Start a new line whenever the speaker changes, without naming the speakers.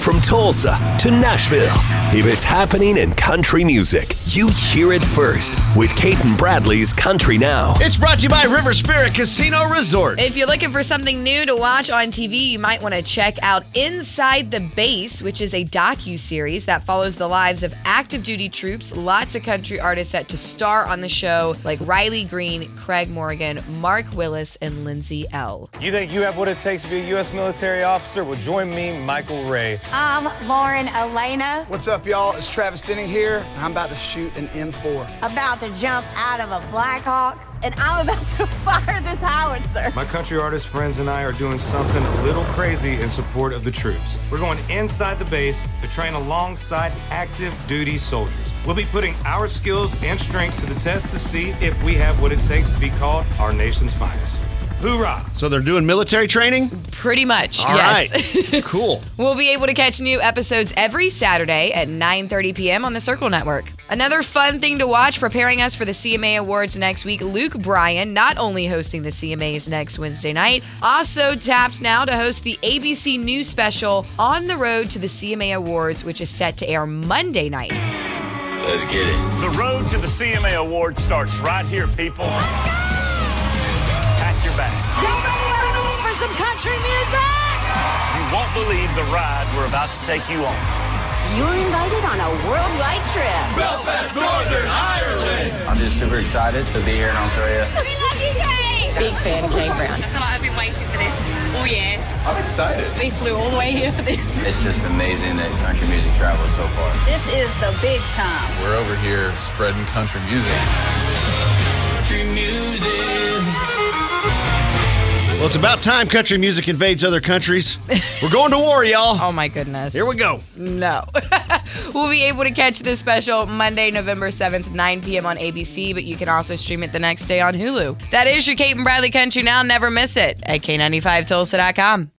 From Tulsa to Nashville, if it's happening in country music, you hear it first with Kaiten Bradley's Country Now.
It's brought to you by River Spirit Casino Resort.
If you're looking for something new to watch on TV, you might want to check out Inside the Base, which is a docu-series that follows the lives of active duty troops. Lots of country artists set to star on the show, like Riley Green, Craig Morgan, Mark Willis, and Lindsay L.
You think you have what it takes to be a U.S. military officer? Well, join me, Michael Ray.
I'm Lauren Elena.
What's up, y'all? It's Travis Denning here. I'm about to shoot an M4.
About to jump out of a Black Hawk, and I'm about to fire this howitzer.
My country artist friends and I are doing something a little crazy in support of the troops. We're going inside the base to train alongside active duty soldiers. We'll be putting our skills and strength to the test to see if we have what it takes to be called our nation's finest. Hoorah!
So they're doing military training?
Pretty much,
All
yes.
right, cool.
We'll be able to catch new episodes every Saturday at 9:30 p.m. on the Circle Network. Another fun thing to watch preparing us for the CMA Awards next week, Luke Bryan not only hosting the CMAs next Wednesday night, also tapped now to host the ABC News special On the Road to the CMA Awards, which is set to air Monday night.
Let's get it.
The road to the CMA Award starts right here, people. Pack your bags.
for some country music?
You won't believe the ride we're about to take you on.
You're invited on a worldwide trip.
I'm just super excited to be here in Australia.
We love you guys. Big fan, Kate Brown.
I've been waiting for this all year.
I'm excited.
We flew all the way here for this.
It's just amazing that country music travels so far.
This is the big time.
We're over here spreading country music. Country music.
Well, it's about time country music invades other countries. We're going to war, y'all.
Oh my goodness.
Here we go.
No. we'll be able to catch this special Monday, November 7th, 9 p.m. on ABC, but you can also stream it the next day on Hulu. That is your Kate and Bradley Country Now. Never miss it at K95Tulsa.com.